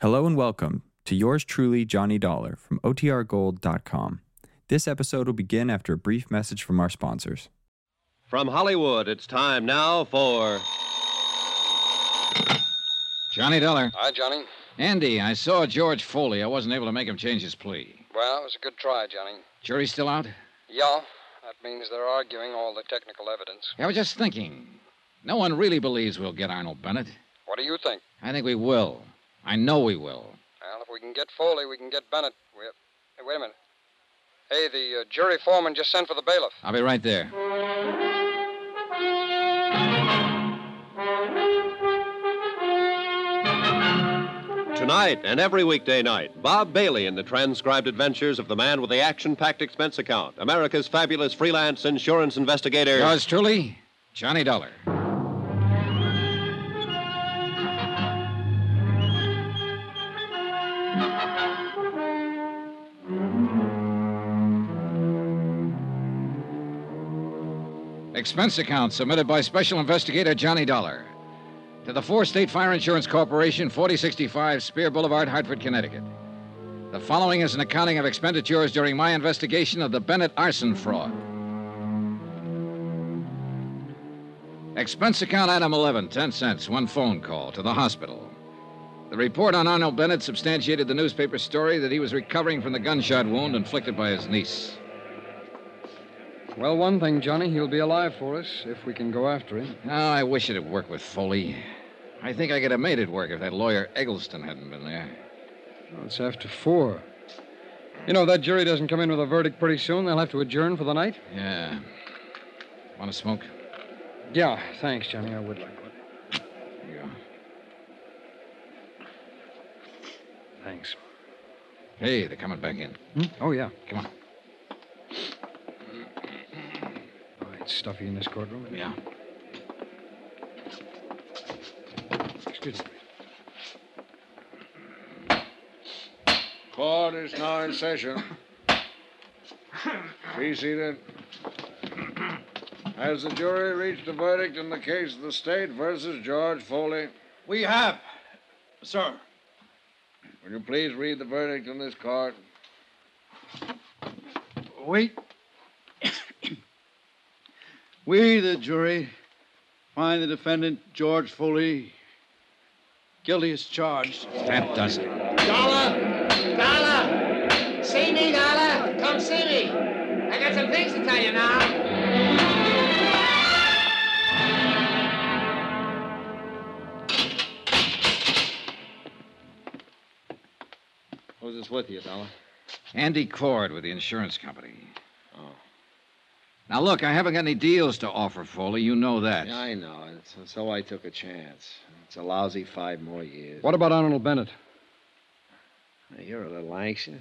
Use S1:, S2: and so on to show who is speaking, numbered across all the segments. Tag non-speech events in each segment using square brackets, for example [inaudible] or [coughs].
S1: Hello and welcome to yours truly, Johnny Dollar from OTRGold.com. This episode will begin after a brief message from our sponsors.
S2: From Hollywood, it's time now for.
S3: Johnny Dollar.
S4: Hi, Johnny.
S3: Andy, I saw George Foley. I wasn't able to make him change his plea.
S4: Well, it was a good try, Johnny.
S3: Jury's still out?
S4: Yeah, that means they're arguing all the technical evidence.
S3: I was just thinking. No one really believes we'll get Arnold Bennett.
S4: What do you think?
S3: I think we will. I know we will.
S4: Well, if we can get Foley, we can get Bennett. We're... Hey, wait a minute. Hey, the uh, jury foreman just sent for the bailiff.
S3: I'll be right there.
S2: Tonight and every weekday night, Bob Bailey in the transcribed adventures of the man with the action packed expense account, America's fabulous freelance insurance investigator.
S3: Yours truly, Johnny Dollar. Expense account submitted by Special Investigator Johnny Dollar to the Four State Fire Insurance Corporation, 4065 Spear Boulevard, Hartford, Connecticut. The following is an accounting of expenditures during my investigation of the Bennett arson fraud. Expense account item 11, 10 cents, one phone call to the hospital. The report on Arnold Bennett substantiated the newspaper story that he was recovering from the gunshot wound inflicted by his niece.
S4: Well, one thing, Johnny, he'll be alive for us if we can go after him.
S3: Now, I wish it had worked with Foley. I think I could have made it work if that lawyer Eggleston hadn't been there.
S4: Well, it's after four. You know, if that jury doesn't come in with a verdict pretty soon, they'll have to adjourn for the night.
S3: Yeah. Want to smoke?
S4: Yeah, thanks, Johnny. I would like one.
S3: Yeah.
S4: Thanks.
S3: Hey, they're coming back in.
S4: Oh, yeah.
S3: Come on.
S4: Oh, it's stuffy in this courtroom.
S3: Yeah.
S4: Excuse me.
S5: Court is now
S6: [coughs]
S5: in session. Be seated. Has the jury reached a verdict in the case of the state versus George Foley?
S6: We have, sir.
S5: Will you please read the verdict in this court?
S6: We. [coughs] we, the jury, find the defendant, George Foley, guilty as charged.
S3: That does it.
S7: Dollar! Dollar! See me, Dollar! Come see me! I got some things to tell you now.
S5: Who's this with you, Dollar?
S3: Andy Cord with the insurance company. Oh. Now, look, I haven't got any deals to offer Foley. You know that.
S5: Yeah, I know. It's, so I took a chance. It's a lousy five more years.
S4: What about Arnold Bennett?
S5: You're a little anxious.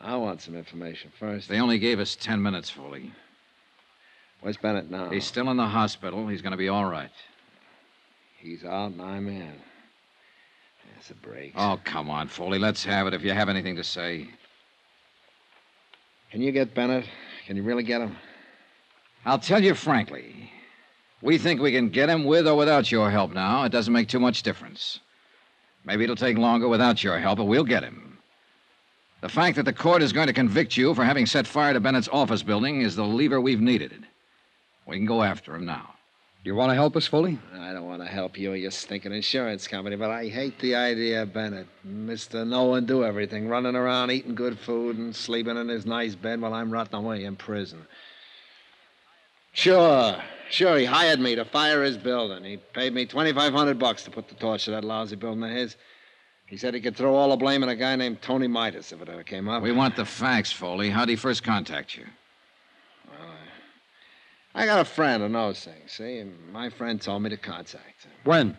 S5: I want some information first.
S3: They only gave us 10 minutes, Foley.
S5: Where's Bennett now?
S3: He's still in the hospital. He's going to be all right.
S5: He's out and I'm in. That's a break.
S3: Oh, come on, Foley. Let's have it if you have anything to say.
S5: Can you get Bennett? Can you really get him?
S3: I'll tell you frankly. We think we can get him with or without your help now. It doesn't make too much difference. Maybe it'll take longer without your help, but we'll get him. The fact that the court is going to convict you for having set fire to Bennett's office building is the lever we've needed. We can go after him now.
S4: Do you want to help us, Foley?
S5: I don't want to help you or your stinking insurance company, but I hate the idea of Bennett. Mr. No One Do Everything, running around eating good food and sleeping in his nice bed while I'm rotting away in prison. Sure, sure, he hired me to fire his building. He paid me 2500 bucks to put the torch to that lousy building of his. He said he could throw all the blame on a guy named Tony Midas if it ever came up.
S3: We want the facts, Foley. How'd he first contact you?
S5: I got a friend who knows things, see? and My friend told me to contact him.
S4: When?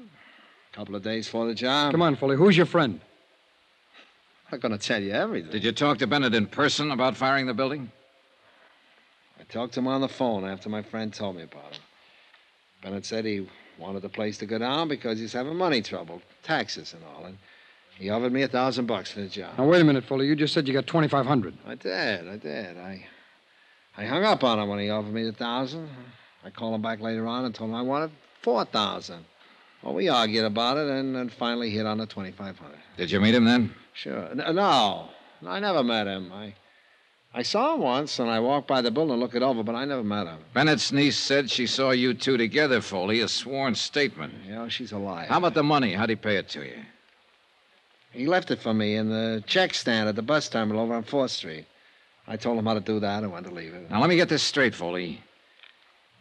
S5: A couple of days for the job.
S4: Come on, Foley. Who's your friend?
S5: I'm not going to tell you everything.
S3: Did you talk to Bennett in person about firing the building?
S5: I talked to him on the phone after my friend told me about him. Bennett said he wanted the place to go down because he's having money trouble, taxes and all, and he offered me a thousand bucks for the job.
S4: Now, wait a minute, Foley. You just said you got 2500
S5: I did, I did. I I hung up on him when he offered me the thousand. I called him back later on and told him I wanted four thousand. Well, we argued about it and, and finally hit on the 2500
S3: Did you meet him then?
S5: Sure. N- No, no, I never met him. I, I saw him once, and I walked by the building to look it over, but I never met him.
S3: Bennett's niece said she saw you two together, Foley. A sworn statement.
S5: Yeah, she's a liar.
S3: How about the money? How'd he pay it to you?
S5: He left it for me in the check stand at the bus terminal over on Fourth Street. I told him how to do that and when to leave it.
S3: Now, let me get this straight, Foley.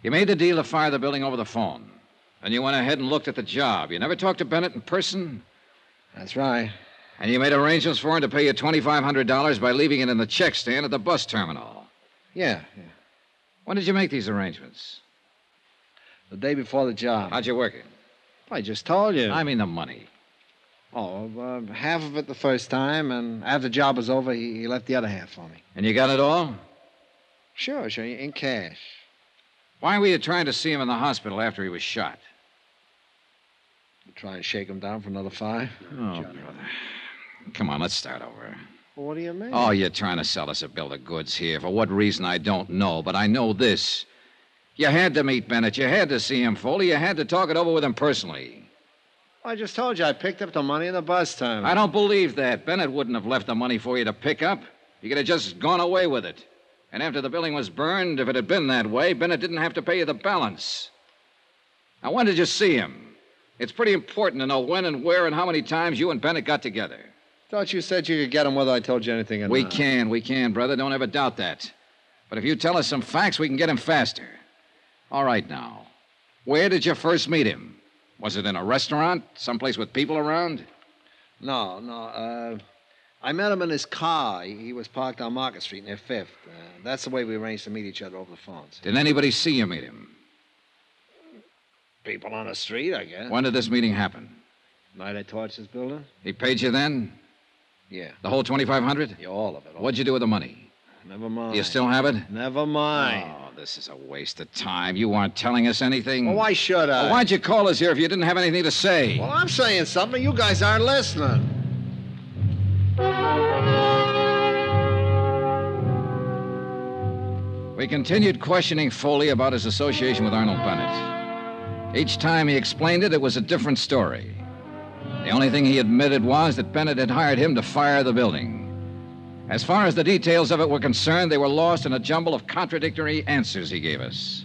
S3: You made the deal to fire the building over the phone. Then you went ahead and looked at the job. You never talked to Bennett in person,
S5: That's right.
S3: and you made arrangements for him to pay you $2,500 by leaving it in the check stand at the bus terminal.
S5: Yeah, yeah.
S3: When did you make these arrangements?
S5: The day before the job.
S3: How'd you work it?
S5: I just told you.
S3: I mean, the money.
S5: Oh, uh, half of it the first time, and after the job was over, he, he left the other half for me.
S3: And you got it all?
S5: Sure, sure, in cash.
S3: Why were you trying to see him in the hospital after he was shot?
S5: Try and shake him down for another five.
S3: Oh, brother. Come on, let's start over.
S5: Well, what do you mean?
S3: Oh, you're trying to sell us a bill of goods here. For what reason, I don't know, but I know this. You had to meet Bennett. You had to see him, Foley. You had to talk it over with him personally.
S5: I just told you I picked up the money in the bus terminal.
S3: I don't believe that. Bennett wouldn't have left the money for you to pick up. You could have just gone away with it. And after the building was burned, if it had been that way, Bennett didn't have to pay you the balance. Now, when did you see him? It's pretty important to know when and where and how many times you and Bennett got together.
S5: Thought you said you could get him whether I told you anything or
S3: We
S5: not.
S3: can, we can, brother. Don't ever doubt that. But if you tell us some facts, we can get him faster. All right, now. Where did you first meet him? Was it in a restaurant? Someplace with people around?
S5: No, no. Uh, I met him in his car. He, he was parked on Market Street near Fifth. Uh, that's the way we arranged to meet each other over the phones.
S3: Did anybody see you meet him?
S5: People on the street, I guess.
S3: When did this meeting happen?
S5: Night I torched this building?
S3: He paid you then?
S5: Yeah.
S3: The whole 2500
S5: Yeah, all of it. all-
S3: What'd you do with the money?
S5: Never mind.
S3: Do you still have it?
S5: Never mind.
S3: Oh, this is a waste of time. You aren't telling us anything.
S5: Well, why should I?
S3: Well, why'd you call us here if you didn't have anything to say?
S5: Well, I'm saying something. You guys aren't listening.
S3: We continued questioning Foley about his association with Arnold Bennett. Each time he explained it, it was a different story. The only thing he admitted was that Bennett had hired him to fire the building. As far as the details of it were concerned, they were lost in a jumble of contradictory answers he gave us.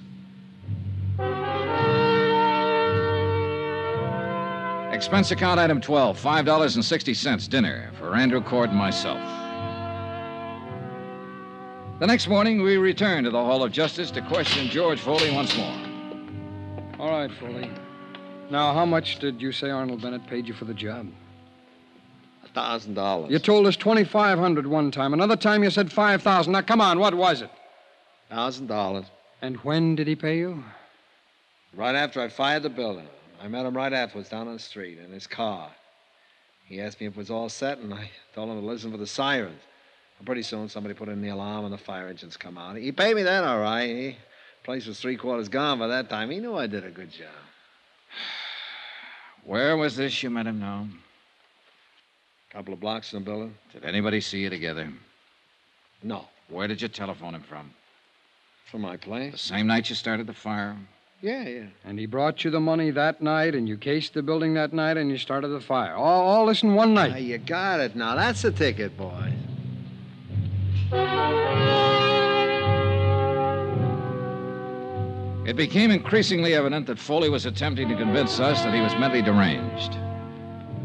S3: Expense account item 12, $5.60, dinner for Andrew Cord and myself. The next morning, we returned to the Hall of Justice to question George Foley once more.
S4: All right, Foley. Now, how much did you say Arnold Bennett paid you for the job?
S5: A thousand dollars.
S4: You told us 2500 one time. Another time you said 5000 Now, come on, what was it?
S5: thousand dollars.
S4: And when did he pay you?
S5: Right after I fired the building, I met him right afterwards down on the street in his car. He asked me if it was all set, and I told him to listen for the sirens. And pretty soon, somebody put in the alarm, and the fire engines come out. He paid me then, all right. He, place was three quarters gone by that time. He knew I did a good job.
S3: Where was this you met him now?
S5: couple of blocks from the building?
S3: Did anybody see you together?
S5: No,
S3: Where did you telephone him from?
S5: from my
S3: The
S5: place.
S3: same night you started the fire?
S5: Yeah, yeah.
S4: And he brought you the money that night, and you cased the building that night, and you started the fire. All, all this in one
S5: Ah,
S4: night.
S5: you got it now. That's the ticket, boys.
S3: It became increasingly evident that Foley was attempting to convince us that he was mentally deranged.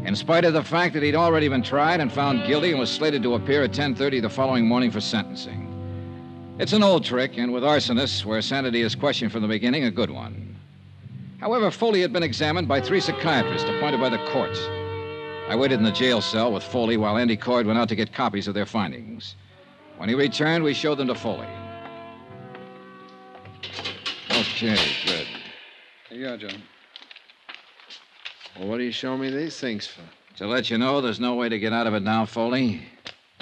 S3: In spite of the fact that he'd already been tried and found guilty and was slated to appear at 10:30 the following morning for sentencing. It's an old trick, and with arsonists, where sanity is questioned from the beginning, a good one. However, Foley had been examined by three psychiatrists appointed by the court. I waited in the jail cell with Foley while Andy Cord went out to get copies of their findings. When he returned, we showed them to Foley. Okay, good.
S4: Here you are, John.
S5: Well, what are you showing me these things for?
S3: To let you know, there's no way to get out of it now, Foley.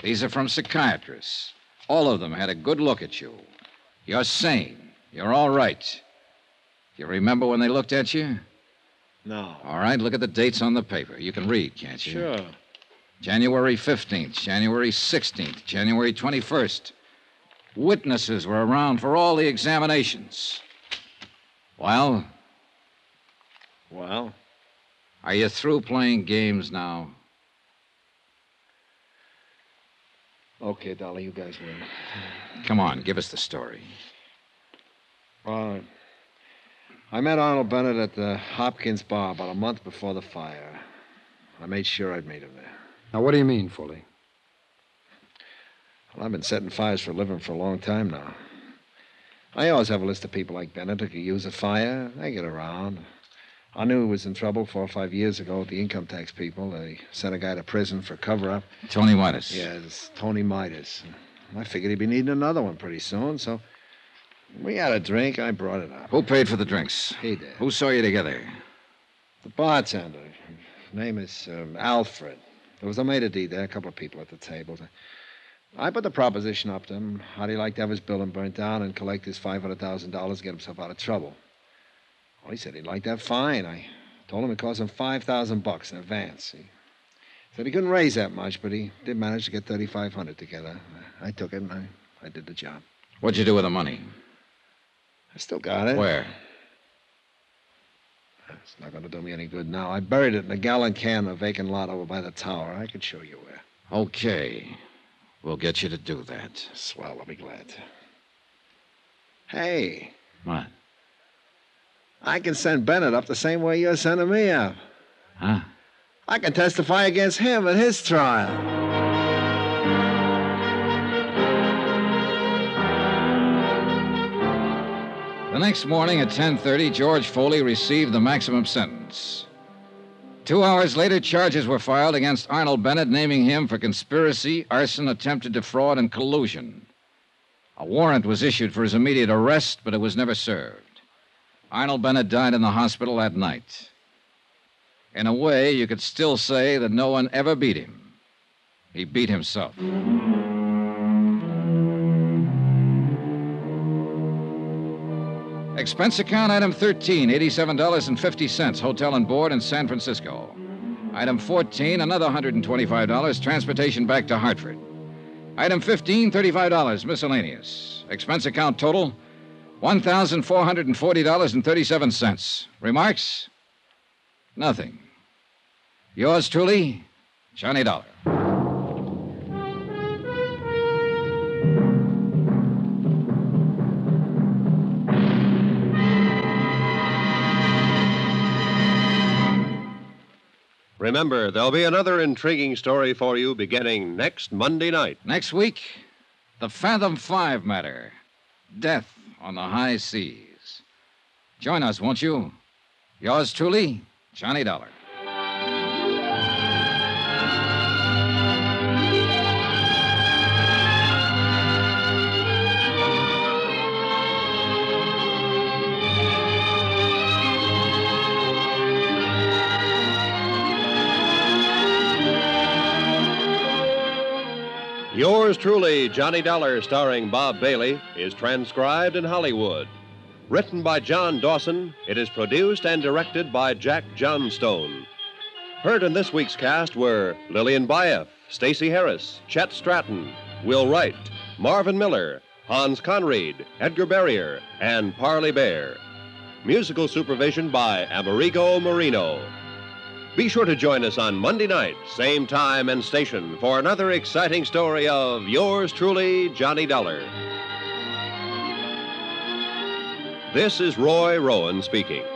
S3: These are from psychiatrists. All of them had a good look at you. You're sane. You're all right. You remember when they looked at you?
S5: No.
S3: All right, look at the dates on the paper. You can read, can't you?
S5: Sure.
S3: January 15th, January 16th, January 21st. Witnesses were around for all the examinations. Well,
S5: Well,
S3: Are you through playing games now?
S5: Okay, Dolly, you guys win.
S3: Come on, give us the story.
S5: All right. I met Arnold Bennett at the Hopkins bar about a month before the fire. I made sure I'd meet him there.
S8: Now, what do you mean, Foley?
S5: Well, I've been setting fires for a living for a long time now. I always have a list of people like Bennett who could use a fire. They get around. I knew he was in trouble four or five years ago with the income tax people. They sent a guy to prison for cover up.
S3: Tony Wattis.
S5: Yeah, it's Tony Midas. I figured he'd be needing another one pretty soon, so we had a drink. I brought it up.
S3: Who paid for the drinks?
S5: He did.
S3: Who saw you together?
S5: The bartender. His name is um, Alfred. There was a maitre d' there, a couple of people at the table. I put the proposition up to him. How'd he like to have his building burnt down and collect his $500,000, get himself out of trouble? Well, he said he'd like that fine. I told him it cost him 5000 bucks in advance. He said he couldn't raise that much, but he did manage to get 3500 together. I took it and I, I did the job.
S3: What'd you do with the money?
S5: I still got it.
S3: Where?
S5: It's not going to do me any good now. I buried it in a gallon can in a vacant lot over by the tower. I could show you where.
S3: Okay. We'll get you to do that.
S5: Swell, I'll be glad. to. Hey,
S3: What?
S5: I can send Bennett up the same way you're sending me up.
S3: Huh?
S5: I can testify against him at his trial.
S3: The next morning at 10:30, George Foley received the maximum sentence. 2 hours later, charges were filed against Arnold Bennett naming him for conspiracy, arson, attempted defraud and collusion. A warrant was issued for his immediate arrest, but it was never served. Arnold Bennett died in the hospital that night. In a way, you could still say that no one ever beat him. He beat himself. Expense account item 13, $87.50, hotel and board in San Francisco. Item 14, another $125, transportation back to Hartford. Item 15, $35, miscellaneous. Expense account total, $1,440.37. Remarks? Nothing. Yours truly, Johnny Dollar.
S2: Remember, there'll be another intriguing story for you beginning next Monday night.
S3: Next week, the Fathom Five matter Death on the High Seas. Join us, won't you? Yours truly, Johnny Dollar.
S2: Yours truly, Johnny Dollar, starring Bob Bailey, is transcribed in Hollywood. Written by John Dawson, it is produced and directed by Jack Johnstone. Heard in this week's cast were Lillian Baeff, Stacy Harris, Chet Stratton, Will Wright, Marvin Miller, Hans Conried, Edgar Barrier, and Parley Bear. Musical supervision by Amerigo Marino. Be sure to join us on Monday night, same time and station, for another exciting story of yours truly, Johnny Dollar. This is Roy Rowan speaking.